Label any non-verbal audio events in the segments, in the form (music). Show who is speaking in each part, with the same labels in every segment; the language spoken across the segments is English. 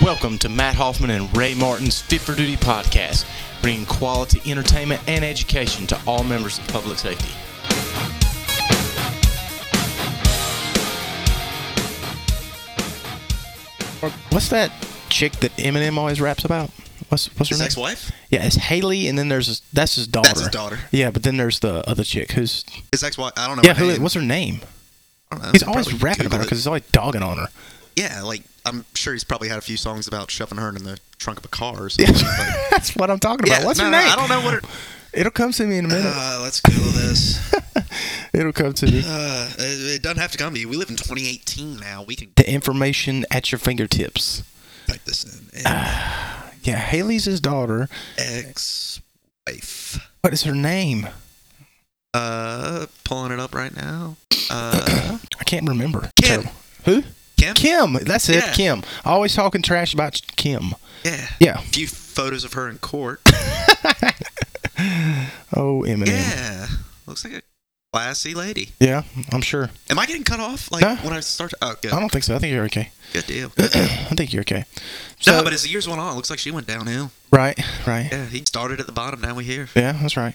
Speaker 1: welcome to Matt Hoffman and Ray Martin's Fit for Duty podcast, bringing quality entertainment and education to all members of public safety. What's that chick that Eminem always raps about? What's what's her
Speaker 2: His
Speaker 1: name?
Speaker 2: ex-wife?
Speaker 1: Yeah, it's Haley, and then there's his, that's his daughter. Oh,
Speaker 2: his daughter.
Speaker 1: Yeah, but then there's the other chick who's
Speaker 2: His ex-wife. I don't know.
Speaker 1: yeah.
Speaker 2: her
Speaker 1: Who,
Speaker 2: name.
Speaker 1: what's her name?
Speaker 2: I don't know.
Speaker 1: He's
Speaker 2: I'd
Speaker 1: always
Speaker 2: probably
Speaker 1: rapping about her
Speaker 2: Google
Speaker 1: because he's always dogging on her.
Speaker 2: it. Yeah, like I'm sure he's probably had a few songs about shoving her in the trunk of a car
Speaker 1: (laughs)
Speaker 2: or something. but-
Speaker 1: that's what I'm talking about.
Speaker 2: Yeah,
Speaker 1: what's
Speaker 2: no,
Speaker 1: her
Speaker 2: no,
Speaker 1: name?
Speaker 2: I don't know
Speaker 1: (laughs)
Speaker 2: what. Her,
Speaker 1: It'll come to me in a minute.
Speaker 2: uh, let's Google this.
Speaker 1: It'll come to me.
Speaker 2: Uh, it, it doesn't have to come to you. We live in 2018 now. We can
Speaker 1: The information at your fingertips.
Speaker 2: type this in.
Speaker 1: Ah. Yeah, Haley's his daughter.
Speaker 2: ex-wife.
Speaker 1: What is her name?
Speaker 2: Uh, pulling it up right now.
Speaker 1: (clears throat)
Speaker 2: Uh,
Speaker 1: I can't remember.
Speaker 2: Kim.
Speaker 1: Terrible. Who?
Speaker 2: Kim.
Speaker 1: Kim. That's it.
Speaker 2: Yeah.
Speaker 1: Kim. Always talking trash about Kim.
Speaker 2: Yeah.
Speaker 1: Yeah.
Speaker 2: A few photos of her in court.
Speaker 1: Oh, Eminem.
Speaker 2: Yeah. Looks like a classy lady.
Speaker 1: Yeah, I'm sure.
Speaker 2: Am I getting cut off? Like
Speaker 1: No.
Speaker 2: when I start? Oh, good.
Speaker 1: I don't think so. I think you're okay.
Speaker 2: Good (clears throat) deal.
Speaker 1: I think you're okay. So,
Speaker 2: no, but as the years went on, it looks like she went downhill.
Speaker 1: right, right.
Speaker 2: Yeah, he started at the bottom. Now we here.
Speaker 1: Yeah, that's right.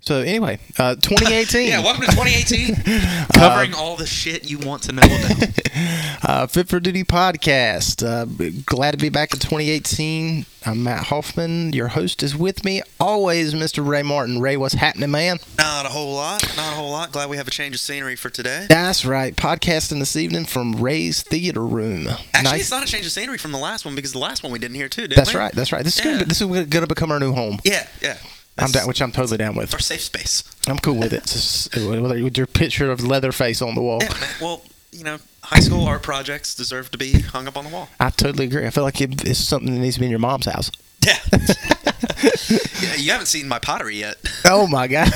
Speaker 1: So anyway, uh, 2018.
Speaker 2: (laughs) Yeah, welcome to (laughs) 2018, covering all the shit you want to know about.
Speaker 1: uh, Fit for Duty podcast. Uh, glad to be back in 2018. I'm Matt Hoffman. Your host is with me always, Mr. Ray Martin. Ray, what's happening, man?
Speaker 2: (laughs) not a whole lot. Not a whole lot. Glad we have a change of scenery for today.
Speaker 1: That's right. Podcasting this evening from Ray's Theater Room.
Speaker 2: Actually, it's not a change of scenery from the last one because the last one we didn't hear too. Didn't
Speaker 1: That's
Speaker 2: we?
Speaker 1: right. That's right. This is
Speaker 2: Yeah.
Speaker 1: gonna, this is gonna become our new home.
Speaker 2: Yeah, yeah.
Speaker 1: I'm
Speaker 2: That's
Speaker 1: down, which I'm totally down with.
Speaker 2: Our safe space.
Speaker 1: I'm cool with it. It's just- with your picture of Leatherface on the wall.
Speaker 2: Yeah. man. Well, you know, high school art projects deserve to be hung up on the wall.
Speaker 1: I totally agree. I feel like it, it's something that needs to be in your mom's house.
Speaker 2: (laughs) Yeah. (laughs) yeah. You haven't seen my pottery yet.
Speaker 1: Oh my god!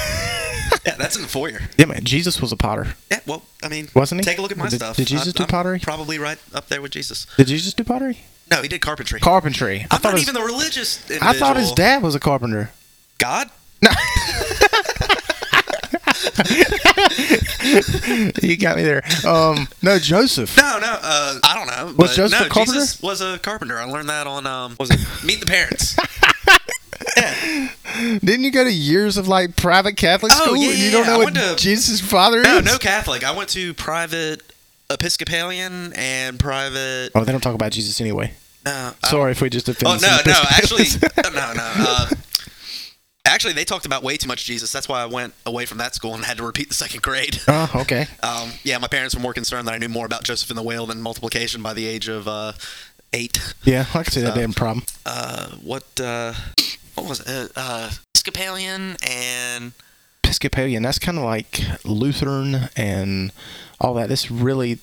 Speaker 2: Yeah, that's in the foyer.
Speaker 1: (laughs) yeah, man. Jesus was a potter,
Speaker 2: Yeah, well, I mean,
Speaker 1: wasn't he?
Speaker 2: take a look at my
Speaker 1: did,
Speaker 2: stuff.
Speaker 1: Did Jesus
Speaker 2: I-
Speaker 1: do
Speaker 2: I'm
Speaker 1: pottery?
Speaker 2: Probably right up there with Jesus.
Speaker 1: did Jesus do pottery?
Speaker 2: No, he did carpentry.
Speaker 1: Carpentry. I
Speaker 2: I'm
Speaker 1: thought
Speaker 2: not
Speaker 1: his,
Speaker 2: even the religious.
Speaker 1: I thought his
Speaker 2: individual.
Speaker 1: dad was a carpenter. (laughs)
Speaker 2: God.
Speaker 1: you got me there. Um, no, Joseph.
Speaker 2: No, no. Uh, I don't know.
Speaker 1: Was
Speaker 2: but
Speaker 1: Joseph
Speaker 2: no,
Speaker 1: a carpenter?
Speaker 2: Jesus was a carpenter. I learned that on um, was it Meet
Speaker 1: (laughs)
Speaker 2: the Parents?
Speaker 1: Didn't you go to years of like private Catholic
Speaker 2: Oh,
Speaker 1: school?
Speaker 2: yeah,
Speaker 1: and
Speaker 2: yeah,
Speaker 1: you don't
Speaker 2: yeah.
Speaker 1: know
Speaker 2: I
Speaker 1: what
Speaker 2: went to-
Speaker 1: Jesus' father
Speaker 2: no,
Speaker 1: is.
Speaker 2: no Catholic. I went to private Episcopalian and private.
Speaker 1: Oh, they don't talk about Jesus anyway.
Speaker 2: No, I-
Speaker 1: Sorry if we just
Speaker 2: oh
Speaker 1: offended.
Speaker 2: no,
Speaker 1: some
Speaker 2: no. Actually,
Speaker 1: Episcopalians.
Speaker 2: no, no. Uh, actually, they talked about way too much Jesus. That's why I went away from that school and had to repeat the second grade.
Speaker 1: (laughs) oh, okay.
Speaker 2: Um, yeah, my parents were more concerned that I knew more about Joseph and the Whale than multiplication by the age of uh, eight.
Speaker 1: Yeah, I can see that
Speaker 2: So-
Speaker 1: damn problem.
Speaker 2: Uh, what uh, what was it? Uh, uh, Episcopalian and
Speaker 1: Episcopalian. That's kind of like Lutheran and all that. That's really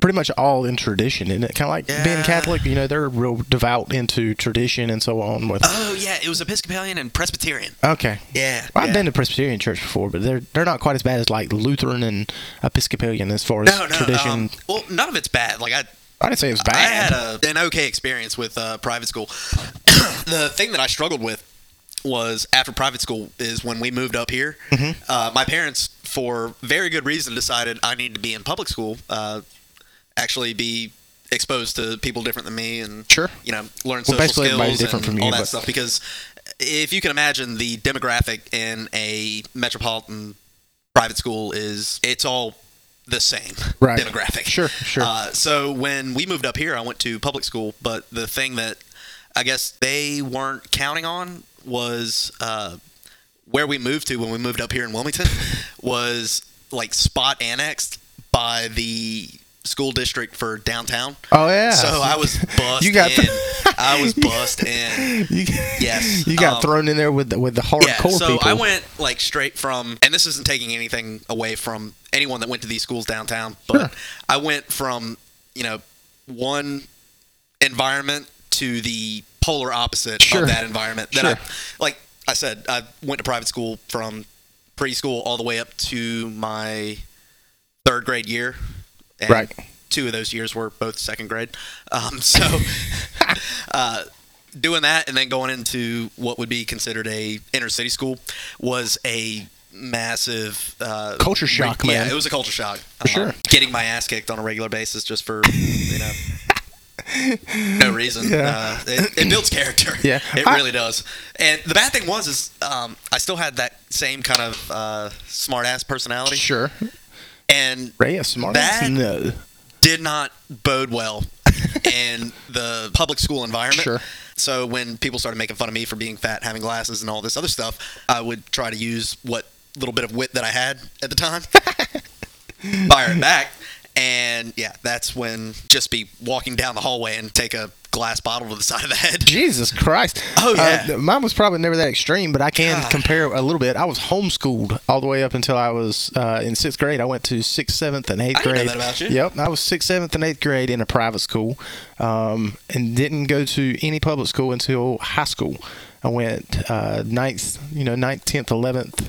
Speaker 1: pretty much all in tradition, isn't it? Kind of like being
Speaker 2: Yeah.
Speaker 1: Catholic. You know, they're real devout into tradition and so on. With
Speaker 2: oh yeah, it was Episcopalian and Presbyterian.
Speaker 1: okay.
Speaker 2: Yeah,
Speaker 1: Well, I've
Speaker 2: yeah.
Speaker 1: been to Presbyterian church before, but they're they're not quite as bad as like Lutheran and Episcopalian as far as
Speaker 2: no, no.
Speaker 1: tradition.
Speaker 2: Um, well, none of it's bad. Like I,
Speaker 1: I didn't say it was
Speaker 2: I had
Speaker 1: bad.
Speaker 2: a, an okay experience with uh, private school. (coughs) the thing that I struggled with was after private school is when we moved up here.
Speaker 1: Mm-hmm.
Speaker 2: Uh, my parents, for very good reason, decided I needed to be in public school, uh, actually be exposed to people different than me, and
Speaker 1: Sure.
Speaker 2: you know, learn
Speaker 1: Well,
Speaker 2: social
Speaker 1: basically
Speaker 2: skills
Speaker 1: everybody's different
Speaker 2: and
Speaker 1: from you,
Speaker 2: all that
Speaker 1: but-
Speaker 2: stuff. Because if you can imagine the demographic in a metropolitan private school is it's all the same
Speaker 1: (laughs) Right.
Speaker 2: demographic.
Speaker 1: Sure, sure.
Speaker 2: Uh, so when we moved up here, I went to public school, but the thing that I guess they weren't counting on was uh, where we moved to when we moved up here
Speaker 1: (laughs)
Speaker 2: in Wilmington was like spot annexed by the school district for downtown.
Speaker 1: Oh yeah.
Speaker 2: So
Speaker 1: (laughs)
Speaker 2: I was bust
Speaker 1: You got- (laughs)
Speaker 2: in. I was bust in.
Speaker 1: you,
Speaker 2: Yes,
Speaker 1: You got
Speaker 2: um,
Speaker 1: thrown in there with the, with the hardcore
Speaker 2: Yeah, so
Speaker 1: people.
Speaker 2: I went like straight from, and this isn't taking anything away from anyone that went to these schools downtown, but
Speaker 1: Sure.
Speaker 2: I went from you know one environment to the polar opposite
Speaker 1: Sure.
Speaker 2: of that environment. Then
Speaker 1: Sure.
Speaker 2: I, like I said, I went to private school from preschool all the way up to my third grade year. And
Speaker 1: Right.
Speaker 2: Two of those years were both second grade. Um, (laughs) so uh, doing that and then going into what would be considered a inner city school was a massive uh,
Speaker 1: Culture shock,
Speaker 2: yeah,
Speaker 1: man.
Speaker 2: it was a culture shock. Uh,
Speaker 1: For sure. (laughs)
Speaker 2: Getting my ass kicked on a regular basis just for you know no reason.
Speaker 1: Yeah.
Speaker 2: Uh, it, it builds character.
Speaker 1: (laughs) Yeah.
Speaker 2: it
Speaker 1: I-
Speaker 2: really does. And the bad thing was is um, I still had that same kind of uh, smart ass personality,
Speaker 1: Sure.
Speaker 2: and
Speaker 1: Ray, a smart ass?
Speaker 2: That-
Speaker 1: No.
Speaker 2: did not
Speaker 1: (laughs)
Speaker 2: bode well in the public school environment.
Speaker 1: Sure.
Speaker 2: So when people started making fun of me for being fat, having glasses, and all this other stuff, I would try to use what little bit of wit that I had at
Speaker 1: (laughs)
Speaker 2: the time, fire it back, and yeah, that's when just be walking down the hallway and take a glass bottle to the side of the
Speaker 1: (laughs)
Speaker 2: head.
Speaker 1: Jesus Christ. Uh,
Speaker 2: Oh, yeah.
Speaker 1: th- mine was probably never that extreme, but I can
Speaker 2: God.
Speaker 1: compare a little bit. I was homeschooled all the way up until I was uh, in sixth grade. I went to sixth, seventh, and eighth
Speaker 2: I didn't
Speaker 1: grade.
Speaker 2: know that about you.
Speaker 1: Yep. I was sixth, seventh, and eighth grade in a private school um, and didn't go to any public school until high school. I went uh, ninth, you know, ninth, tenth, eleventh,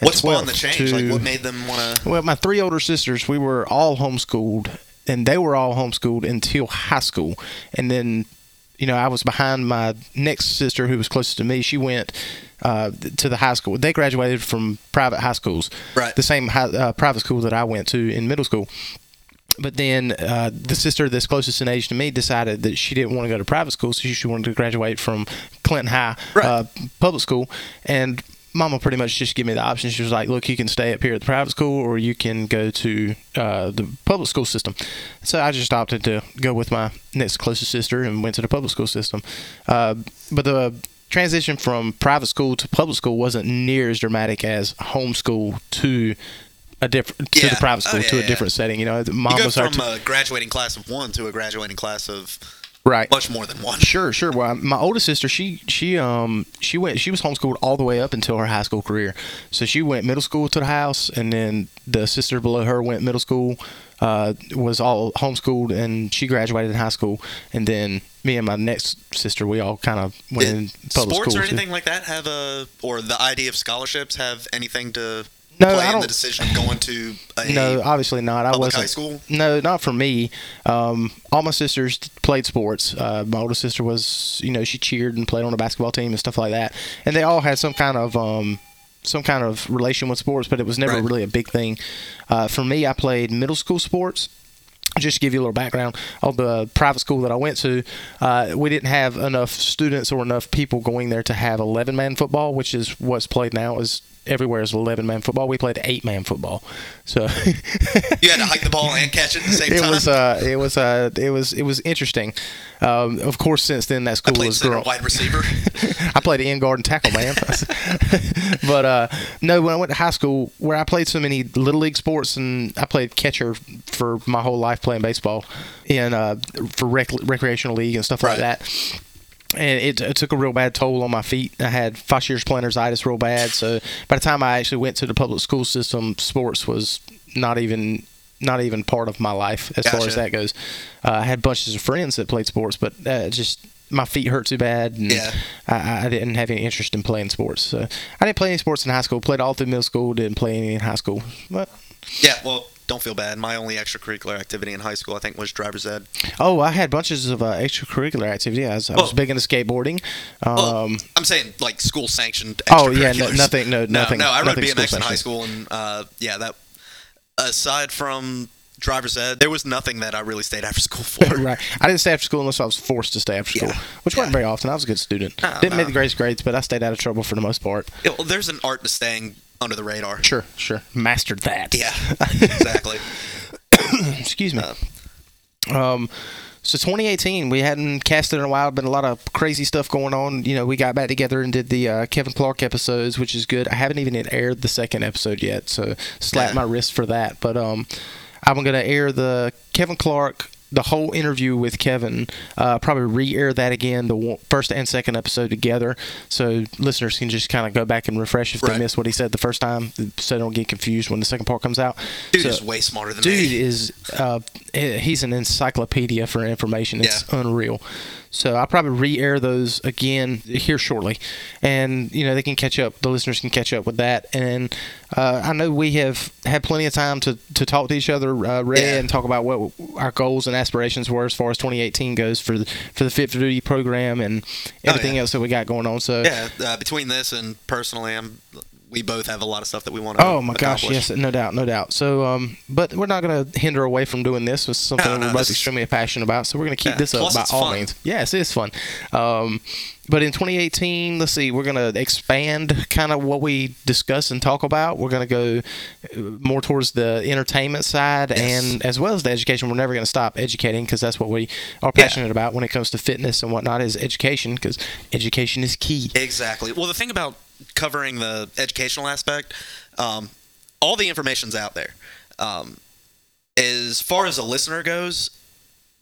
Speaker 1: and
Speaker 2: What's on the
Speaker 1: 12th
Speaker 2: change?
Speaker 1: to-
Speaker 2: Like what made them want to?
Speaker 1: well, my three older sisters, we were all homeschooled, and they were all homeschooled until high school. And then, you know, I was behind my next sister who was closest to me. She went uh, to the high school. They graduated from private high schools,
Speaker 2: Right.
Speaker 1: The same high, uh, private school that I went to in middle school. But then uh, the sister that's closest in age to me decided that she didn't want to go to private school, so she wanted to graduate from Clinton High
Speaker 2: Right.
Speaker 1: uh, public school. And Mama pretty much just gave me the option. She was like, "Look, you can stay up here at the private school, or you can go to uh, the public school system." So I just opted to go with my next closest sister and went to the public school system. Uh, but the transition from private school to public school wasn't near as dramatic as homeschool to a different to
Speaker 2: Yeah.
Speaker 1: the private
Speaker 2: Oh,
Speaker 1: school to a
Speaker 2: yeah, yeah.
Speaker 1: different setting. You know, mom
Speaker 2: You go
Speaker 1: was our
Speaker 2: from a graduating class of one to a graduating class of
Speaker 1: right.
Speaker 2: much more than one.
Speaker 1: Sure, sure. Well, my oldest sister, she she um she went she was homeschooled all the way up until her high school career. So she went middle school to the house, and then the sister below her went middle school, uh, was all homeschooled, and she graduated in high school. And then me and my next sister, we all kind of went in public
Speaker 2: sports
Speaker 1: schools.
Speaker 2: or anything like that have a or the idea of scholarships have anything to
Speaker 1: No,
Speaker 2: play
Speaker 1: I
Speaker 2: in
Speaker 1: don't-
Speaker 2: the decision of going to a
Speaker 1: No, obviously not. I
Speaker 2: public
Speaker 1: wasn't.
Speaker 2: high school?
Speaker 1: No, not for me. Um, all my sisters played sports. Uh, my older sister was, you know, she cheered and played on a basketball team and stuff like that. And they all had some kind of um, some kind of relation with sports, but it was never
Speaker 2: Right.
Speaker 1: really a big thing. Uh, for me, I played middle school sports just to give you a little background on the private school that I went to, uh, we didn't have enough students or enough people going there to have 11 man football, which is what's played now is everywhere is 11 man football. We played eight man football. So (laughs)
Speaker 2: you had to hike the ball and catch it at the same
Speaker 1: it
Speaker 2: time.
Speaker 1: was, uh, it was, uh, it was, it was interesting. Um, of course, since then that
Speaker 2: I
Speaker 1: school
Speaker 2: played
Speaker 1: was
Speaker 2: center
Speaker 1: grown.
Speaker 2: wide
Speaker 1: (laughs)
Speaker 2: receiver.
Speaker 1: I played end guard and tackle, man. (laughs) but uh, no, when I went to high school, where I played so many little league sports, and I played catcher for my whole life playing baseball in uh, for rec- recreational league and stuff like
Speaker 2: Right.
Speaker 1: that. And it, it took a real bad toll on my feet. I had fasciitis plantar's itis real bad. So by the time I actually went to the public school system, sports was not even not even part of my life as far
Speaker 2: Gotcha.
Speaker 1: as that goes. Uh, I had bunches of friends that played sports, but uh, just my feet hurt too bad, and
Speaker 2: Yeah.
Speaker 1: I, I didn't have any interest in playing sports. So I didn't play any sports in high school. Played all through middle school. Didn't play any in high school. But
Speaker 2: yeah, well, don't feel bad. My only extracurricular activity in high school, I think, was driver's ed.
Speaker 1: oh, I had bunches of uh, extracurricular activity. I was, I was
Speaker 2: Well-
Speaker 1: big into skateboarding. Um,
Speaker 2: Well, I'm saying like school sanctioned.
Speaker 1: Oh, yeah, no-
Speaker 2: extracurriculars.
Speaker 1: nothing- no, nothing-
Speaker 2: No, I rode
Speaker 1: nothing
Speaker 2: BMX in
Speaker 1: school
Speaker 2: high school, and uh, yeah, that. Aside from driver's ed, there was nothing that I really stayed
Speaker 1: (laughs)
Speaker 2: after school for.
Speaker 1: right. I didn't stay after school unless I was forced to stay after
Speaker 2: Oh. Yeah.
Speaker 1: school, which wasn't
Speaker 2: Yeah.
Speaker 1: very often. I was a good student.
Speaker 2: No,
Speaker 1: didn't
Speaker 2: no.
Speaker 1: make the greatest grades, but I stayed out of trouble for the most part.
Speaker 2: Yeah, well, there's an art to staying under
Speaker 1: (laughs)
Speaker 2: the radar.
Speaker 1: Sure, sure. Mastered that.
Speaker 2: Yeah, exactly.
Speaker 1: (laughs) excuse me. Um, so 2018, we hadn't casted in a while. Been a lot of crazy stuff going on. You know, we got back together and did the uh, Kevin Clark episodes, which is good. I haven't even aired the second episode yet, so slap
Speaker 2: Yeah.
Speaker 1: my wrist for that. But um, I'm gonna air the Kevin Clark. The whole interview with Kevin, uh, probably re-air that again, the one- first and second episode together, so listeners can just kind of go back and refresh if they
Speaker 2: Right.
Speaker 1: missed what he said the first time, so they don't get confused when the second part comes out.
Speaker 2: Dude
Speaker 1: So-
Speaker 2: is way smarter than
Speaker 1: dude
Speaker 2: me.
Speaker 1: is uh, he- he's an encyclopedia for information. It's
Speaker 2: Yeah.
Speaker 1: unreal. So I'll probably re-air those again here shortly, and you know they can catch up. The listeners can catch up with that. And uh, I know we have had plenty of time to, to talk to each other, uh, Ray,
Speaker 2: Yeah.
Speaker 1: and talk about what our goals and aspirations were as far as 2018 goes for the for the Fit for Duty program and
Speaker 2: Oh, yeah.
Speaker 1: everything else that we got going on. So
Speaker 2: Yeah, uh, between this and personally, I'm we both have a lot of stuff that we want to.
Speaker 1: Oh my gosh,
Speaker 2: accomplish.
Speaker 1: yes, no doubt, no doubt. So, um, but we're not going to hinder away from doing this. It's something
Speaker 2: No, no,
Speaker 1: we're both
Speaker 2: this is-
Speaker 1: extremely passionate about. So we're going to keep
Speaker 2: Yeah,
Speaker 1: this up
Speaker 2: plus
Speaker 1: by
Speaker 2: it's
Speaker 1: all
Speaker 2: fun.
Speaker 1: means. Yes, it is fun. Um, but in 2018, let's see, we're going to expand kind of what we discuss and talk about. We're going to go uh, more towards the entertainment side
Speaker 2: Yes.
Speaker 1: and as well as the education. We're never going to stop educating because that's what we are
Speaker 2: Yeah.
Speaker 1: passionate about when it comes to fitness and whatnot is education because education is key.
Speaker 2: Exactly. Well, the thing about covering the educational aspect, um, all the information's out there. Um, as far as a listener goes,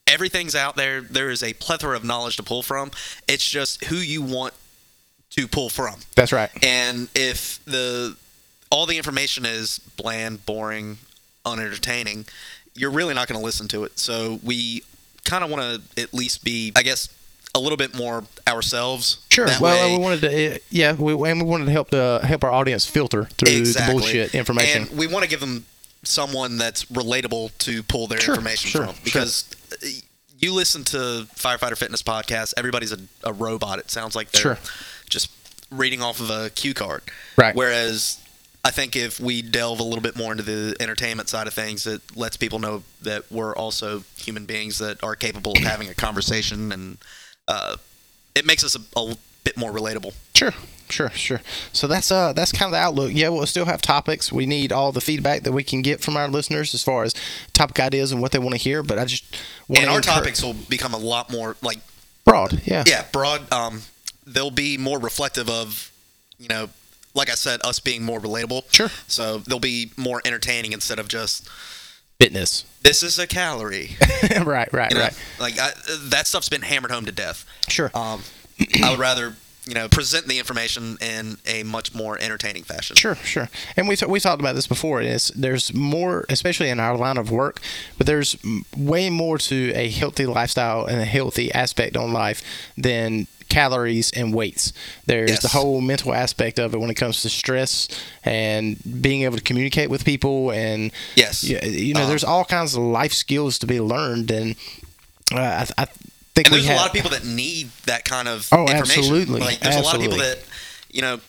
Speaker 2: everything's out there. There is a plethora of knowledge to pull from. It's just who you want to pull from.
Speaker 1: That's right.
Speaker 2: And if the all the information is bland, boring, unentertaining, you're really not going to listen to it. So we kind of want to at least be, I guess, a little bit more ourselves.
Speaker 1: Sure.
Speaker 2: That
Speaker 1: well,
Speaker 2: way-
Speaker 1: we wanted to, uh, yeah, we, and we wanted to help the help our audience filter through
Speaker 2: exactly.
Speaker 1: the bullshit information.
Speaker 2: And we want to give them someone that's relatable to pull their
Speaker 1: Sure,
Speaker 2: information
Speaker 1: sure,
Speaker 2: from
Speaker 1: sure.
Speaker 2: because uh, you listen to firefighter fitness podcast everybody's a, a robot it sounds like they're
Speaker 1: Sure.
Speaker 2: just reading off of a cue card
Speaker 1: Right.
Speaker 2: whereas i think if we delve a little bit more into the entertainment side of things it lets people know that we're also human beings that are capable
Speaker 1: (clears throat)
Speaker 2: of having a conversation and uh, it makes us a, a bit more relatable
Speaker 1: sure. Sure, sure. So that's uh that's kind of the outlook. Yeah, we'll still have topics. We need all the feedback that we can get from our listeners as far as topic ideas and what they want to hear. But I just want
Speaker 2: and our topics will become a lot more like
Speaker 1: broad. Yeah.
Speaker 2: yeah broad um they'll be more reflective of you know like i said us being more relatable
Speaker 1: Sure.
Speaker 2: so they'll be more entertaining instead of just
Speaker 1: Fitness.
Speaker 2: this is a calorie
Speaker 1: (laughs) right. Right.
Speaker 2: you know?
Speaker 1: Right.
Speaker 2: like I, that stuff's been hammered home to death
Speaker 1: Sure. (clears throat)
Speaker 2: um i would rather you know present the information in a much more entertaining fashion
Speaker 1: Sure, sure. And we we talked about this before. It's, there's more, especially in our line of work, but there's m- way more to a healthy lifestyle and a healthy aspect on life than calories and weights. There's
Speaker 2: Yes.
Speaker 1: the whole mental aspect of it when it comes to stress and being able to communicate with people and
Speaker 2: Yes.
Speaker 1: yeah, you know,
Speaker 2: Um,
Speaker 1: there's all kinds of life skills to be learned and uh, I, I think
Speaker 2: and
Speaker 1: we
Speaker 2: there's a
Speaker 1: had-
Speaker 2: lot of people that need that kind of
Speaker 1: Oh,
Speaker 2: information.
Speaker 1: absolutely,
Speaker 2: Like there's a lot of
Speaker 1: absolutely.
Speaker 2: people that you know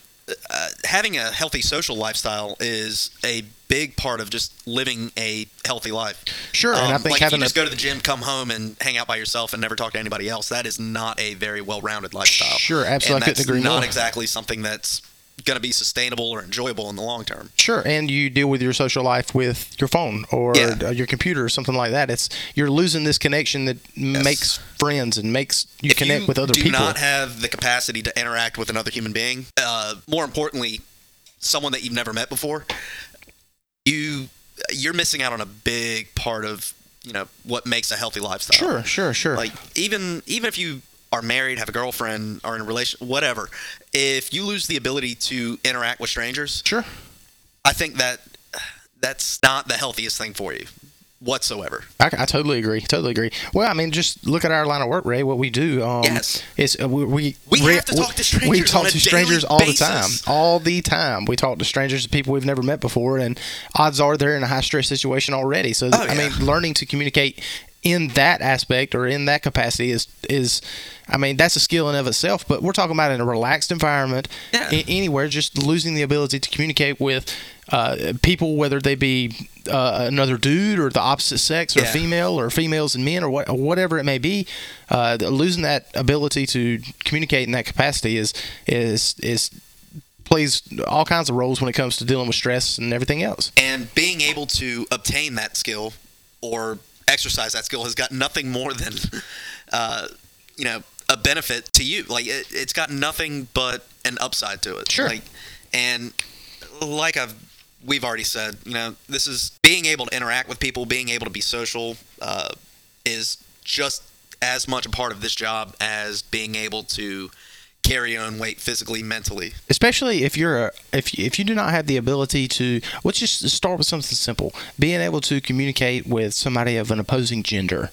Speaker 2: uh, having a healthy social lifestyle is a big part of just living a healthy life.
Speaker 1: Sure, and I think
Speaker 2: Um, like if
Speaker 1: having
Speaker 2: you just
Speaker 1: a-
Speaker 2: go to the gym, come home, and hang out by yourself, and never talk to anybody else. That is not a very well-rounded lifestyle.
Speaker 1: Sure, absolutely,
Speaker 2: And
Speaker 1: I couldn't
Speaker 2: that's
Speaker 1: agree
Speaker 2: not
Speaker 1: more.
Speaker 2: exactly something that's going to be sustainable or enjoyable in the long term.
Speaker 1: Sure, and you deal with your social life with your phone or uh,
Speaker 2: Yeah.
Speaker 1: your computer or something like that. It's you're losing this connection that makes friends and makes you
Speaker 2: if
Speaker 1: connect
Speaker 2: you
Speaker 1: with other
Speaker 2: do
Speaker 1: people.
Speaker 2: not have the capacity to interact with another human being, uh, more importantly, someone that you've never met before, you you're missing out on a big part of you know what makes a healthy lifestyle.
Speaker 1: sure, sure, sure.
Speaker 2: Like even even if you are married, have a girlfriend, are in a relation, whatever, if you lose the ability to interact with strangers,
Speaker 1: sure.
Speaker 2: I think that that's not the healthiest thing for you whatsoever.
Speaker 1: I, I totally agree. Totally agree. Well, I mean, just look at our line of work, Ray. What we do, um,
Speaker 2: Yes.
Speaker 1: is uh, we we,
Speaker 2: We have to talk to strangers
Speaker 1: We talk
Speaker 2: on a
Speaker 1: to strangers
Speaker 2: daily
Speaker 1: all
Speaker 2: basis.
Speaker 1: the time, all the time. We talk to strangers, people we've never met before, and odds are they're in a high stress situation already. So
Speaker 2: Oh,
Speaker 1: I
Speaker 2: yeah.
Speaker 1: mean, learning to communicate in that aspect or in that capacity is is I mean that's a skill in of itself but we're talking about in a relaxed environment
Speaker 2: Yeah.
Speaker 1: a- anywhere just losing the ability to communicate with uh, people whether they be uh, another dude or the opposite sex or
Speaker 2: Yeah.
Speaker 1: female or females and men or what or whatever it may be uh, the- losing that ability to communicate in that capacity is is is plays all kinds of roles when it comes to dealing with stress and everything else
Speaker 2: and being able to obtain that skill or exercise that skill has got nothing more than (laughs) uh, you know a benefit to you like it, it's got nothing but an upside to it
Speaker 1: Sure.
Speaker 2: like and like i've we've already said you know this is being able to interact with people being able to be social uh, is just as much a part of this job as being able to carry your own weight physically mentally
Speaker 1: especially if you're a, if if you do not have the ability to let's just start with something simple being able to communicate with somebody of an opposing gender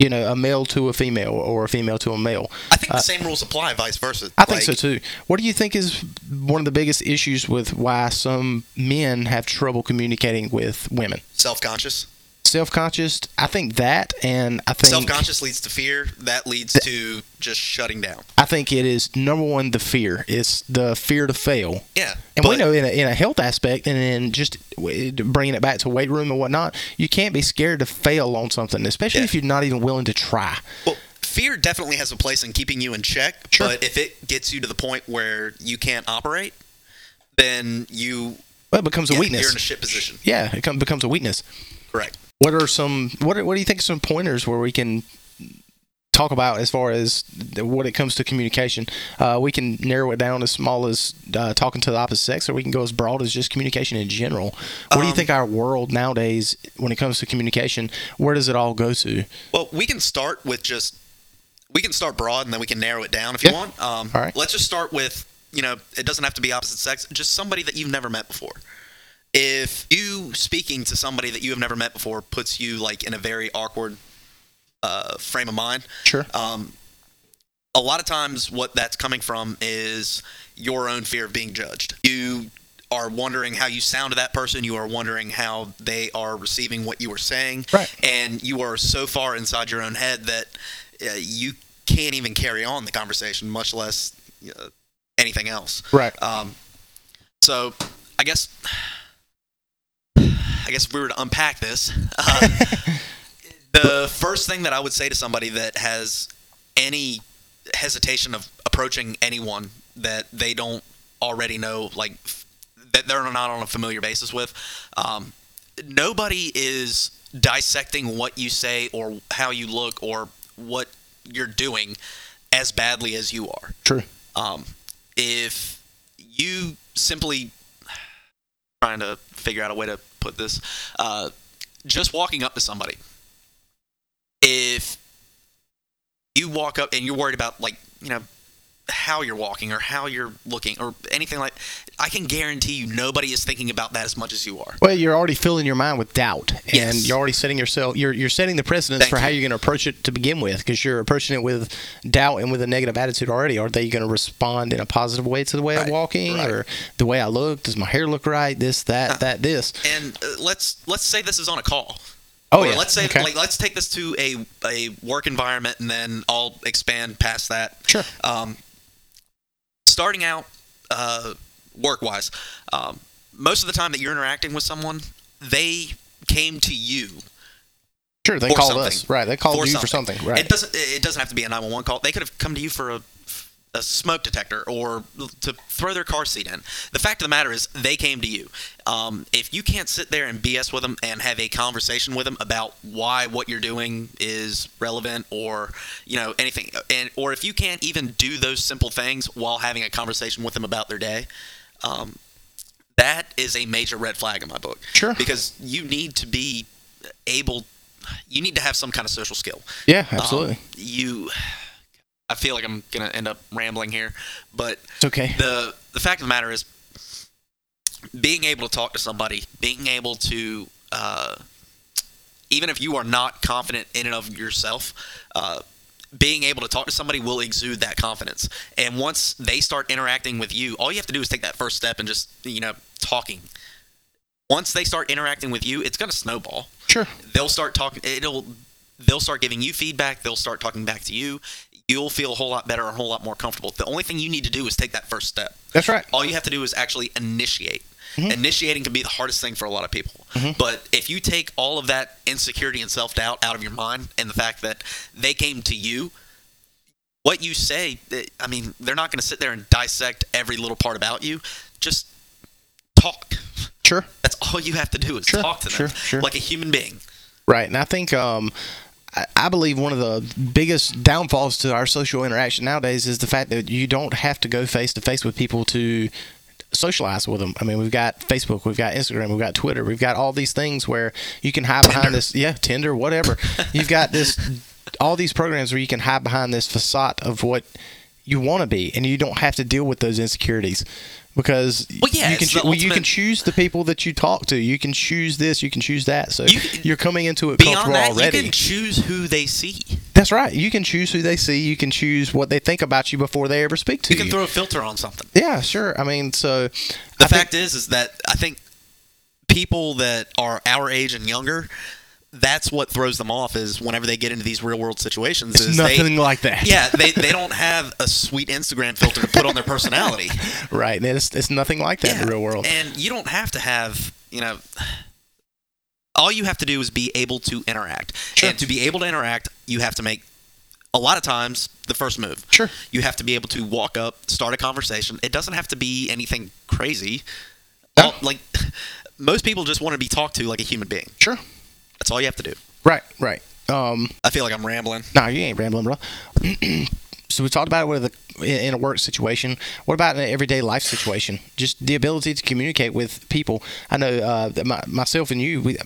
Speaker 1: you know a male to a female or a female to a male
Speaker 2: i think the same rules apply vice versa
Speaker 1: Uh, I think
Speaker 2: Like,
Speaker 1: so too. What do you think is one of the biggest issues with why some men have trouble communicating with women?
Speaker 2: self-conscious
Speaker 1: self conscious. I think that, and I think
Speaker 2: Self conscious leads to fear. That leads to just shutting down.
Speaker 1: I think it is number one the fear. It's the fear to fail.
Speaker 2: Yeah.
Speaker 1: And we
Speaker 2: but-
Speaker 1: know in a, in a health aspect, and then just w- bringing it back to weight room and whatnot, you can't be scared to fail on something, especially
Speaker 2: Yeah.
Speaker 1: if you're not even willing to try.
Speaker 2: Well, fear definitely has a place in keeping you in check.
Speaker 1: Sure.
Speaker 2: But if it gets you to the point where you can't operate, then you
Speaker 1: Well, it becomes a
Speaker 2: yeah,
Speaker 1: weakness.
Speaker 2: You're in a shit position.
Speaker 1: yeah, it com- becomes a weakness.
Speaker 2: Correct.
Speaker 1: What are some what are, What do you think? Some pointers where we can talk about as far as th- what it comes to communication. Uh, we can narrow it down as small as uh, talking to the opposite sex, or we can go as broad as just communication in general. What do you
Speaker 2: Um,
Speaker 1: think our world nowadays, when it comes to communication, where does it all go to?
Speaker 2: Well, we can start with just we can start broad and then we can narrow it down if you
Speaker 1: Yeah.
Speaker 2: want. Um,
Speaker 1: All right.
Speaker 2: Let's just start with you know it doesn't have to be opposite sex, just somebody that you've never met before. If you speaking to somebody that you have never met before puts you like in a very awkward uh, frame of mind,
Speaker 1: Sure.
Speaker 2: um, a lot of times what that's coming from is your own fear of being judged. You are wondering how you sound to that person. You are wondering how they are receiving what you are saying.
Speaker 1: Right.
Speaker 2: And you are so far inside your own head that uh, you can't even carry on the conversation, much less uh, anything else.
Speaker 1: Right.
Speaker 2: Um, so I guess I guess if we were to unpack this, uh, (laughs) the first thing that I would say to somebody that has any hesitation of approaching anyone that they don't already know, like f- that they're not on a familiar basis with, um, nobody is dissecting what you say or how you look or what you're doing as badly as you are
Speaker 1: True.
Speaker 2: um, if you simply trying to figure out a way to put this uh, just walking up to somebody if you walk up and you're worried about like you know how you're walking or how you're looking or anything like i can guarantee you nobody is thinking about that as much as you are
Speaker 1: Well, you're already filling your mind with doubt, and
Speaker 2: Yes.
Speaker 1: you're already setting yourself you're you're setting the precedence
Speaker 2: Thank
Speaker 1: for how
Speaker 2: you.
Speaker 1: you're going to approach it to begin with, because you're approaching it with doubt and with a negative attitude already. Are they going to respond in a positive way to the way I'm
Speaker 2: Right,
Speaker 1: walking,
Speaker 2: right. Uh,
Speaker 1: or the way I look? Does my hair look right? This, that, that, this.
Speaker 2: and uh, let's let's say this is on a call
Speaker 1: Oh
Speaker 2: Or
Speaker 1: yeah.
Speaker 2: let's say
Speaker 1: Okay.
Speaker 2: like let's take this to a a work environment and then I'll expand past that.
Speaker 1: Sure.
Speaker 2: Um, starting out uh, work wise, um, most of the time that you're interacting with someone, they came to you
Speaker 1: sure. They
Speaker 2: for
Speaker 1: called
Speaker 2: something.
Speaker 1: us right. They called
Speaker 2: for
Speaker 1: you for something right.
Speaker 2: It doesn't it doesn't have to be a 911 call. They could have come to you for a a smoke detector or to throw their car seat in. The fact of the matter is, they came to you. Um, if you can't sit there and BS with them and have a conversation with them about why what you're doing is relevant or you know anything, and or if you can't even do those simple things while having a conversation with them about their day, um, that is a major red flag in my book.
Speaker 1: Sure.
Speaker 2: because you need to be able, you need to have some kind of social skill.
Speaker 1: yeah, absolutely.
Speaker 2: Um, you, I feel like I'm gonna end up rambling here, but
Speaker 1: it's okay.
Speaker 2: the the fact of the matter is, being able to talk to somebody, being able to, uh, even if you are not confident in and of yourself, uh, being able to talk to somebody will exude that confidence. And once they start interacting with you, all you have to do is take that first step and just you know talking. Once they start interacting with you, it's gonna snowball
Speaker 1: sure.
Speaker 2: they'll start talking it'll they'll start giving you feedback they'll start talking back to you you'll feel a whole lot better and a whole lot more comfortable the only thing you need to do is take that first step
Speaker 1: That's right.
Speaker 2: all you have to do is actually initiate
Speaker 1: Mm-hmm.
Speaker 2: initiating can be the hardest thing for a lot of people but if you take all of that insecurity and self-doubt out of your mind and the fact that they came to you what you say th- i mean they're not going to sit there and dissect every little part about you just talk (laughs)
Speaker 1: Sure.
Speaker 2: that's all you have to do is
Speaker 1: Sure,
Speaker 2: talk to
Speaker 1: sure,
Speaker 2: them
Speaker 1: sure.
Speaker 2: like a human being
Speaker 1: Right, and I think um, I, I believe one of the biggest downfalls to our social interaction nowadays is the fact that you don't have to go face to face with people to socialize with them. I mean, we've got Facebook, we've got Instagram, we've got Twitter, we've got all these things where you can hide behind this, yeah, Tinder, whatever. You've got this, all these programs where you can hide behind this facade of what you want to be, and you don't have to deal with those insecurities because
Speaker 2: Well, yeah,
Speaker 1: you can
Speaker 2: it's the
Speaker 1: choo- well, you can
Speaker 2: ultimate-
Speaker 1: choose the people that you talk to. You can choose this, you can choose that. So
Speaker 2: You-
Speaker 1: you're coming into it
Speaker 2: beyond
Speaker 1: comfortable
Speaker 2: that,
Speaker 1: already.
Speaker 2: you can choose who they see.
Speaker 1: That's right. You can choose who they see. You can choose what they think about you before they ever speak to
Speaker 2: You
Speaker 1: you.
Speaker 2: can throw a filter on something.
Speaker 1: yeah, sure. I mean, so
Speaker 2: The
Speaker 1: I think-
Speaker 2: fact is, is that I think people that are our age and younger, that's what throws them off is whenever they get into these real world situations.
Speaker 1: It's
Speaker 2: is they-
Speaker 1: nothing like that.
Speaker 2: yeah, they, they don't have a sweet Instagram filter to
Speaker 1: (laughs)
Speaker 2: put on their personality.
Speaker 1: Right. It's, it's nothing like that in the real world.
Speaker 2: And you don't have to have, you know, all you have to do is be able to interact.
Speaker 1: Sure.
Speaker 2: And to be able to interact, you have to make a lot of times the first move.
Speaker 1: Sure.
Speaker 2: You have to be able to walk up, start a conversation. It doesn't have to be anything crazy.
Speaker 1: No.
Speaker 2: All- like (laughs) most people just want to be talked to like a human being.
Speaker 1: Sure.
Speaker 2: That's all you have to do.
Speaker 1: Right. Right. Um,
Speaker 2: I feel like I'm rambling.
Speaker 1: No, you ain't rambling, bro. (clears throat) so we talked about it with a, in a work situation. What about in an everyday life situation? Just the ability to communicate with people. I know uh, that my, myself and you, we,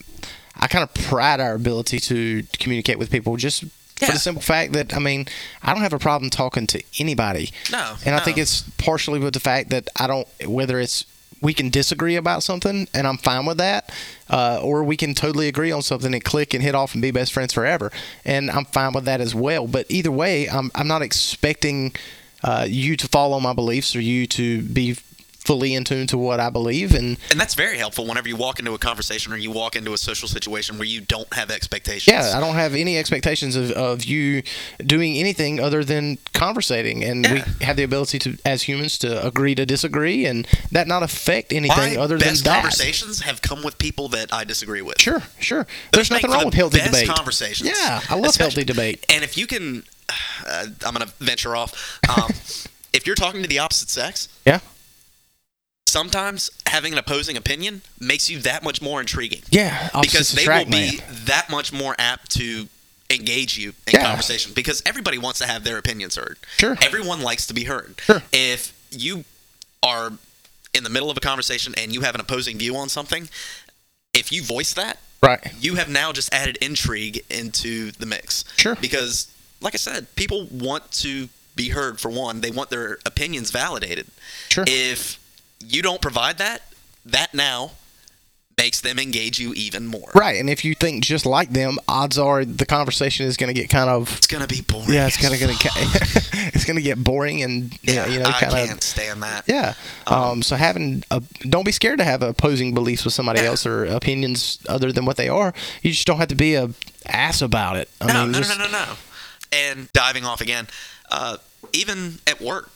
Speaker 1: I kind of pride our ability to communicate with people just for
Speaker 2: Yeah.
Speaker 1: the simple fact that I mean I don't have a problem talking to anybody.
Speaker 2: No,
Speaker 1: and I think
Speaker 2: no.
Speaker 1: it's partially with the fact that I don't whether it's we can disagree about something and I'm fine with that, uh, or we can totally agree on something and click and hit off and be best friends forever, and I'm fine with that as well. But either way, I'm I'm not expecting uh, you to follow my beliefs or you to be fully in tune to what I believe and
Speaker 2: And that's very helpful whenever you walk into a conversation or you walk into a social situation where you don't have expectations.
Speaker 1: Yeah, I don't have any expectations of, of you doing anything other than conversating, and
Speaker 2: Yeah.
Speaker 1: we have the ability to, as humans, to agree to disagree, and that not affect anything
Speaker 2: My
Speaker 1: other than
Speaker 2: best
Speaker 1: that.
Speaker 2: conversations have come with people that I disagree with.
Speaker 1: Sure, sure. There's
Speaker 2: Those
Speaker 1: nothing
Speaker 2: make for
Speaker 1: wrong
Speaker 2: the
Speaker 1: with healthy
Speaker 2: best
Speaker 1: debate.
Speaker 2: Conversations.
Speaker 1: Yeah, I love
Speaker 2: Especially-
Speaker 1: healthy debate.
Speaker 2: And if you can, uh, I'm going to venture off.
Speaker 1: (laughs)
Speaker 2: Um, if you're talking to the opposite sex,
Speaker 1: Yeah,
Speaker 2: sometimes having an opposing opinion makes you that much more intriguing
Speaker 1: yeah.
Speaker 2: because
Speaker 1: Opposites
Speaker 2: they will
Speaker 1: attract,
Speaker 2: be
Speaker 1: man.
Speaker 2: that much more apt to engage you in
Speaker 1: Yeah.
Speaker 2: conversation because everybody wants to have their opinions heard.
Speaker 1: Sure.
Speaker 2: Everyone likes to be heard.
Speaker 1: Sure.
Speaker 2: If you are in the middle of a conversation and you have an opposing view on something, if you voice that,
Speaker 1: Right.
Speaker 2: you have now just added intrigue into the mix.
Speaker 1: Sure.
Speaker 2: Because, like I said, people want to be heard for one, they want their opinions validated.
Speaker 1: Sure.
Speaker 2: If you don't provide that, that now makes them engage you even more.
Speaker 1: Right, and if you think just like them, odds are the conversation is going to get kind of
Speaker 2: It's gonna be boring.
Speaker 1: yeah, it's
Speaker 2: as
Speaker 1: gonna gonna
Speaker 2: fuck.
Speaker 1: (laughs) it's gonna get boring and yeah,
Speaker 2: (laughs) Yeah,
Speaker 1: you know,
Speaker 2: I
Speaker 1: kind of
Speaker 2: can't stand that.
Speaker 1: Yeah. Um, so having a, don't be scared to have opposing beliefs with somebody
Speaker 2: Yeah.
Speaker 1: else or opinions other than what they are. You just don't have to be a ass about it. I
Speaker 2: No,
Speaker 1: mean,
Speaker 2: no,
Speaker 1: just,
Speaker 2: no, no, no, no. And diving off again, uh, even at work,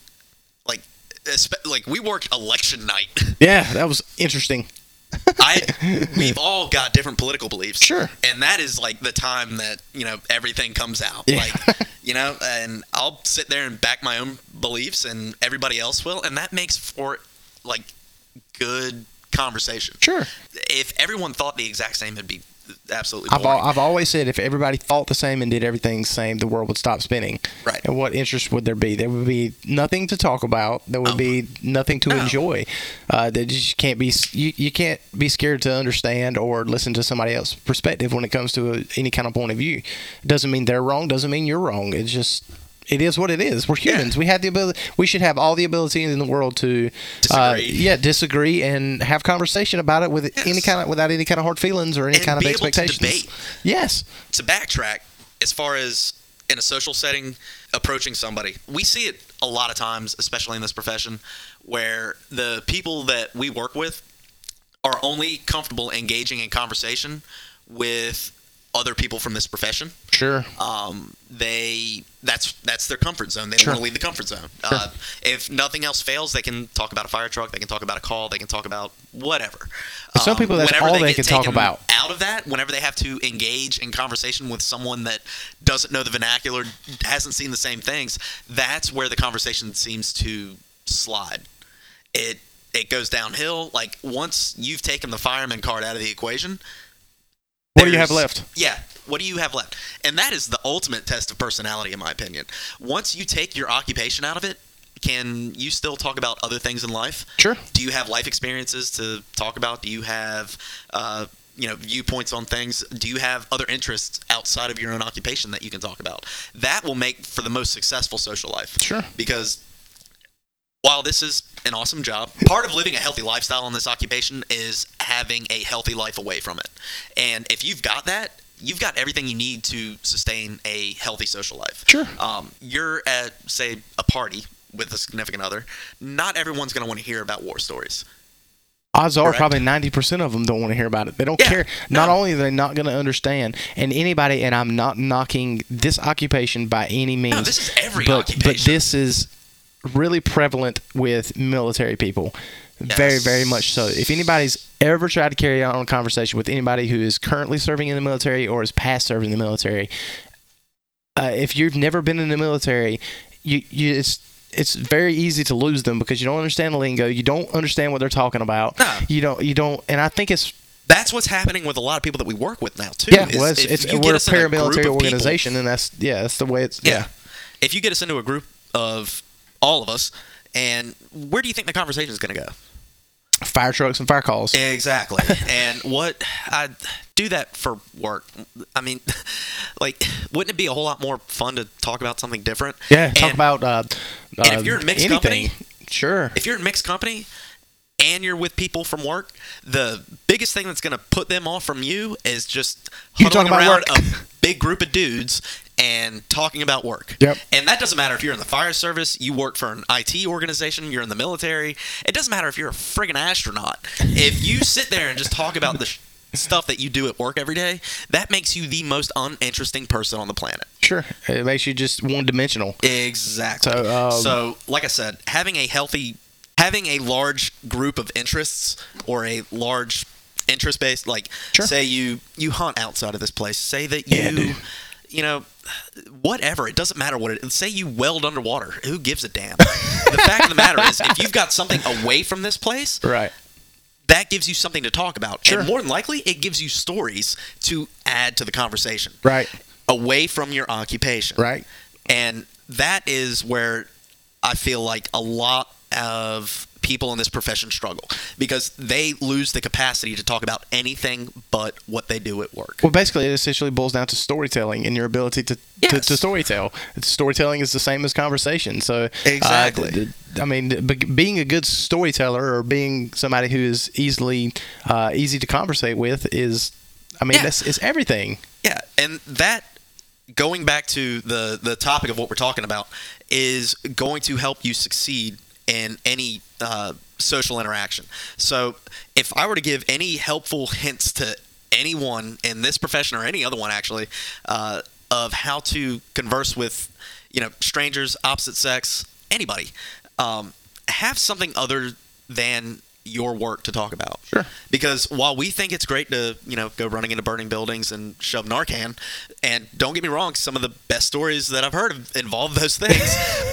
Speaker 2: like, espe- like we worked election night. (laughs)
Speaker 1: Yeah, that was interesting.
Speaker 2: I we've all got different political beliefs.
Speaker 1: Sure.
Speaker 2: And that is like the time that, you know, everything comes out.
Speaker 1: Yeah.
Speaker 2: Like, you know, and I'll sit there and back my own beliefs and everybody else will, and that makes for like good conversation.
Speaker 1: Sure.
Speaker 2: If everyone thought the exact same it'd be absolutely
Speaker 1: I've,
Speaker 2: boring.
Speaker 1: al- I've always said if everybody thought the same and did everything the same, the world would stop spinning.
Speaker 2: Right.
Speaker 1: And what interest would there be? There would be nothing to talk about. There would
Speaker 2: Oh.
Speaker 1: be nothing to
Speaker 2: No.
Speaker 1: enjoy. Uh, that you just can't be s- you, you can't be scared to understand or listen to somebody else's perspective when it comes to a, any kind of point of view. Doesn't mean they're wrong. Doesn't mean you're wrong. It's just. It is what it is. We're humans. We have the ability. We should have all the ability in the world to, uh,
Speaker 2: Disagree.
Speaker 1: yeah, disagree and have conversation about it with any
Speaker 2: Yes.
Speaker 1: kind of without any kind of hard feelings or any
Speaker 2: And
Speaker 1: kind of
Speaker 2: be able to
Speaker 1: expectations.
Speaker 2: debate.
Speaker 1: Yes.
Speaker 2: to backtrack as far as in a social setting approaching somebody we see it a lot of times especially in this profession where the people that we work with are only comfortable engaging in conversation with other people from this profession
Speaker 1: Sure.
Speaker 2: um, they that's that's their comfort zone. They don't
Speaker 1: Sure.
Speaker 2: want to leave the comfort zone. Uh, if nothing else fails, they can talk about a fire truck. They can talk about a call. They can talk about whatever. Um,
Speaker 1: But some people, that's
Speaker 2: whenever
Speaker 1: all they
Speaker 2: get
Speaker 1: can talk
Speaker 2: taken
Speaker 1: about.
Speaker 2: Out of that, whenever they have to engage in conversation with someone that doesn't know the vernacular, hasn't seen the same things, that's where the conversation seems to slide. It it goes downhill. Like once you've taken the fireman card out of the equation,
Speaker 1: What do you have
Speaker 2: there's-
Speaker 1: left?
Speaker 2: Yeah. What do you have left? And that is the ultimate test of personality, in my opinion. Once you take your occupation out of it, can you still talk about other things in life?
Speaker 1: Sure.
Speaker 2: Do you have life experiences to talk about? Do you have, uh, you know, viewpoints on things? Do you have other interests outside of your own occupation that you can talk about? That will make for the most successful social life.
Speaker 1: Sure.
Speaker 2: Because while this is an awesome job, part of living a healthy lifestyle in this occupation is having a healthy life away from it. And if you've got that, you've got everything you need to sustain a healthy social life.
Speaker 1: Sure.
Speaker 2: Um, you're at, say, a party with a significant other. Not everyone's going to want to hear about war stories.
Speaker 1: odds are
Speaker 2: Correct.
Speaker 1: probably 90% of them don't want to hear about it. They don't
Speaker 2: Yeah,
Speaker 1: care. Not
Speaker 2: no.
Speaker 1: only are they not going to understand, and anybody, and I'm not knocking this occupation by any means.
Speaker 2: this is every
Speaker 1: but, But
Speaker 2: occupation.
Speaker 1: this is really prevalent with military people. Very,
Speaker 2: Yes.
Speaker 1: very much so. If anybody's ever tried to carry on a conversation with anybody who is currently serving in the military or is past serving in the military, uh, if you've never been in the military, you, you it's it's very easy to lose them because you don't understand the lingo, you don't understand what they're talking about,
Speaker 2: No.
Speaker 1: you don't you don't, and I think it's
Speaker 2: That's what's happening with a lot of people that we work with now too.
Speaker 1: yeah,
Speaker 2: is
Speaker 1: well, it's,
Speaker 2: if
Speaker 1: it's
Speaker 2: you get
Speaker 1: we're a
Speaker 2: us in group of
Speaker 1: paramilitary
Speaker 2: people-
Speaker 1: organization, and that's yeah, that's the way it's
Speaker 2: Yeah. If you get us into a group of all of us, and where do you think the conversation is going to go?
Speaker 1: fire trucks and fire calls. (laughs)
Speaker 2: Exactly. and what I do that for work. I mean, (laughs) like, wouldn't it be a whole lot more fun to talk about something different?
Speaker 1: Yeah, talk
Speaker 2: And
Speaker 1: about uh,
Speaker 2: and
Speaker 1: uh,
Speaker 2: if you're a mixed
Speaker 1: anything.
Speaker 2: company-
Speaker 1: sure.
Speaker 2: if you're in mixed company and you're with people from work, the biggest thing that's going to put them off from you is just
Speaker 1: You talking
Speaker 2: huddling around
Speaker 1: about
Speaker 2: a big group of dudes and talking about work.
Speaker 1: Yep.
Speaker 2: And that doesn't matter if you're in the fire service, you work for an IT organization, you're in the military. It doesn't matter if you're a friggin' astronaut. If you sit there and just talk about the sh- stuff that you do at work every day, that makes you the most uninteresting person on the planet.
Speaker 1: Sure, it makes you just one dimensional.
Speaker 2: Exactly.
Speaker 1: So,
Speaker 2: So,
Speaker 1: um,
Speaker 2: like I said, having a healthy, having a large group of interests or a large interest base, like
Speaker 1: Sure.
Speaker 2: say you you hunt outside of this place, say that you,
Speaker 1: Yeah, dude.
Speaker 2: you know, whatever. It doesn't matter what it. Say you weld underwater. Who gives
Speaker 1: (laughs)
Speaker 2: a damn? the fact of the matter is, if you've got something away from this place,
Speaker 1: Right.
Speaker 2: that gives you something to talk about,
Speaker 1: Sure.
Speaker 2: and more than likely, it gives you stories to add to the conversation.
Speaker 1: Right.
Speaker 2: Away from your occupation.
Speaker 1: Right.
Speaker 2: And that is where I feel like a lot of people in this profession struggle because they lose the capacity to talk about anything but what they do at work.
Speaker 1: Well, basically, it essentially boils down to storytelling and your ability to
Speaker 2: Yes.
Speaker 1: to, to storytell. Storytelling is the same as conversation. So uh,
Speaker 2: Exactly.
Speaker 1: th- th- I mean, th- be- being a good storyteller or being somebody who is easily uh, easy to conversate with is, I mean,
Speaker 2: Yeah.
Speaker 1: that's it's everything.
Speaker 2: Yeah, and that going back to the the topic of what we're talking about is going to help you succeed in any uh, social interaction. So, if I were to give any helpful hints to anyone in this profession or any other one actually uh, of how to converse with you know strangers, opposite sex, anybody, um, have something other than your work to talk about.
Speaker 1: Sure.
Speaker 2: Because while we think it's great to, you know, go running into burning buildings and shove Narcan, and don't get me wrong, some of the best stories that I've heard have- involve those
Speaker 1: (laughs)
Speaker 2: things,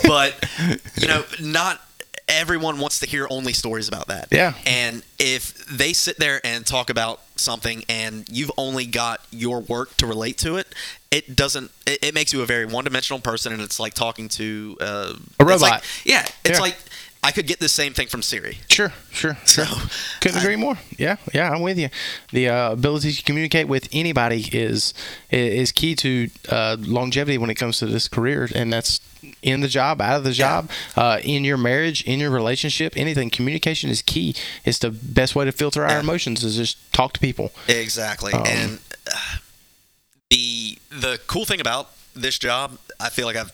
Speaker 2: but you know, not everyone wants to hear only stories about that.
Speaker 1: Yeah.
Speaker 2: And if they sit there and talk about something and you've only got your work to relate to it, it doesn't. It, it makes you a very one-dimensional person, and it's like talking to uh,
Speaker 1: A
Speaker 2: it's like-
Speaker 1: robot.
Speaker 2: yeah, it's
Speaker 1: Yeah.
Speaker 2: like I could get the same thing from Siri.
Speaker 1: Sure, sure.
Speaker 2: (laughs) So
Speaker 1: Couldn't
Speaker 2: I-
Speaker 1: agree more. Yeah, yeah, I'm with you. The uh, ability to communicate with anybody is i- is key to uh, longevity when it comes to this career, and that's in the job, out of the job, uh, in your marriage, in your relationship, anything. Communication is key. It's the best way to filter our
Speaker 2: Yeah.
Speaker 1: emotions is just talk to people.
Speaker 2: Exactly.
Speaker 1: Um,
Speaker 2: and uh, the the cool thing about this job, I feel like I've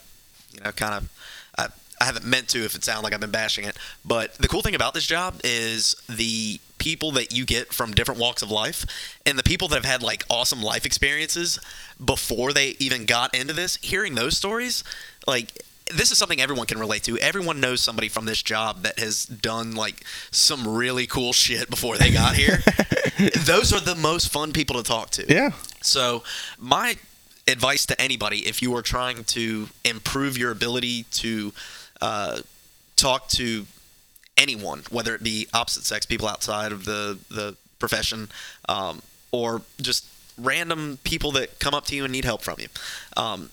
Speaker 2: you know kind of I, I haven't meant to if it sounds like I've been bashing it, but the cool thing about this job is the people that you get from different walks of life and the people that have had like awesome life experiences before they even got into this, hearing those stories, like this is something everyone can relate to. Everyone knows somebody from this job that has done like some really cool shit before they got here. Those are the most fun people to talk to.
Speaker 1: Yeah,
Speaker 2: So, my advice to anybody if you are trying to improve your ability to uh, talk to anyone, whether it be opposite sex people outside of the, the profession um, or just random people that come up to you and need help from you, um,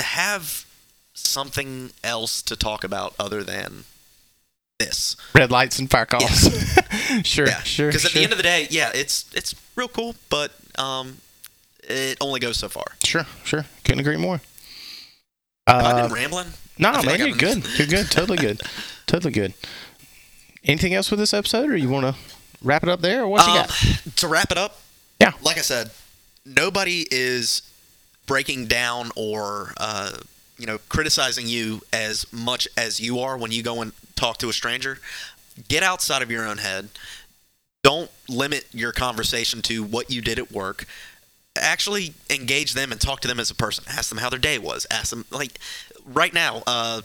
Speaker 2: have something else to talk about other than this.
Speaker 1: red lights and fire calls. (laughs) sure,
Speaker 2: Yeah,
Speaker 1: sure.
Speaker 2: Because at
Speaker 1: sure.
Speaker 2: the end of the day, yeah, it's it's real cool, but um, it only goes so far.
Speaker 1: sure, sure. Couldn't agree more.
Speaker 2: I've
Speaker 1: Uh,
Speaker 2: been rambling.
Speaker 1: no,
Speaker 2: I
Speaker 1: man,
Speaker 2: feel like
Speaker 1: you're
Speaker 2: I've been-
Speaker 1: good. You're good. Totally
Speaker 2: (laughs)
Speaker 1: good. totally good. Anything else with this episode, or you want to wrap it up there, or what you
Speaker 2: Um,
Speaker 1: got?
Speaker 2: to wrap it up,
Speaker 1: Yeah.
Speaker 2: like I said, nobody is breaking down or uh, you know criticizing you as much as you are when you go and talk to a stranger. Get outside of your own head. don't limit your conversation to what you did at work. Actually, engage them and talk to them as a person. Ask them how their day was. Ask them like right now. Uh,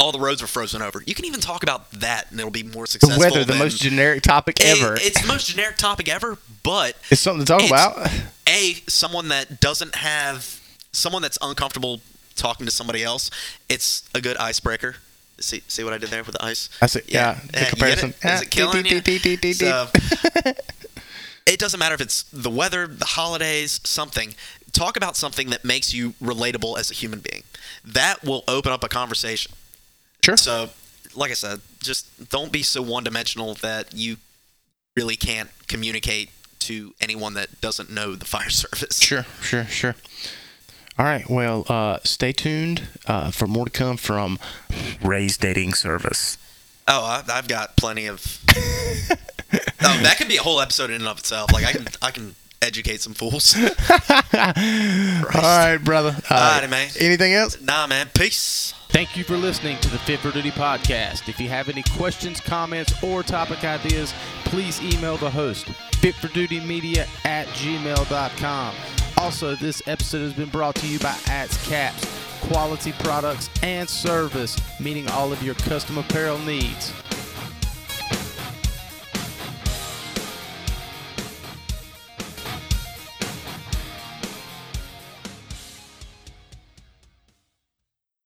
Speaker 2: all the roads are frozen over. You can even talk about that, and it'll be more
Speaker 1: The
Speaker 2: successful.
Speaker 1: weather, the
Speaker 2: than-
Speaker 1: most generic topic
Speaker 2: It-
Speaker 1: ever.
Speaker 2: it's the most generic topic ever, but
Speaker 1: it's something to talk
Speaker 2: it's-
Speaker 1: about.
Speaker 2: a someone that doesn't have someone that's uncomfortable talking to somebody else it's a good icebreaker see see what i did there with the ice
Speaker 1: I see. Yeah,
Speaker 2: you
Speaker 1: the
Speaker 2: get
Speaker 1: comparison.
Speaker 2: it? Is it killing you? So,
Speaker 1: (laughs)
Speaker 2: it doesn't matter if it's the weather the holidays something talk about something that makes you relatable as a human being that will open up a conversation
Speaker 1: Sure.
Speaker 2: so like i said just don't be so one-dimensional that you really can't communicate to anyone that doesn't know the fire (laughs) service
Speaker 1: Sure, sure, sure. All right. Well, uh, stay tuned uh, for more to come from Ray's Dating Service.
Speaker 2: Oh, I, I've got
Speaker 1: (laughs)
Speaker 2: plenty of. oh, that could be a whole episode in and of itself. Like I can, I can educate
Speaker 1: (laughs)
Speaker 2: some fools.
Speaker 1: All right, brother. Uh,
Speaker 2: All right, man.
Speaker 1: Anything else?
Speaker 2: Nah, man. Peace.
Speaker 1: Thank you for listening to the Fit for Duty podcast. If you have any questions, comments, or topic ideas, please email the host, fitfordutymedia at gmail.com. Also, this episode has been brought to you by Ats Caps, quality products and service, meeting all of your custom apparel needs.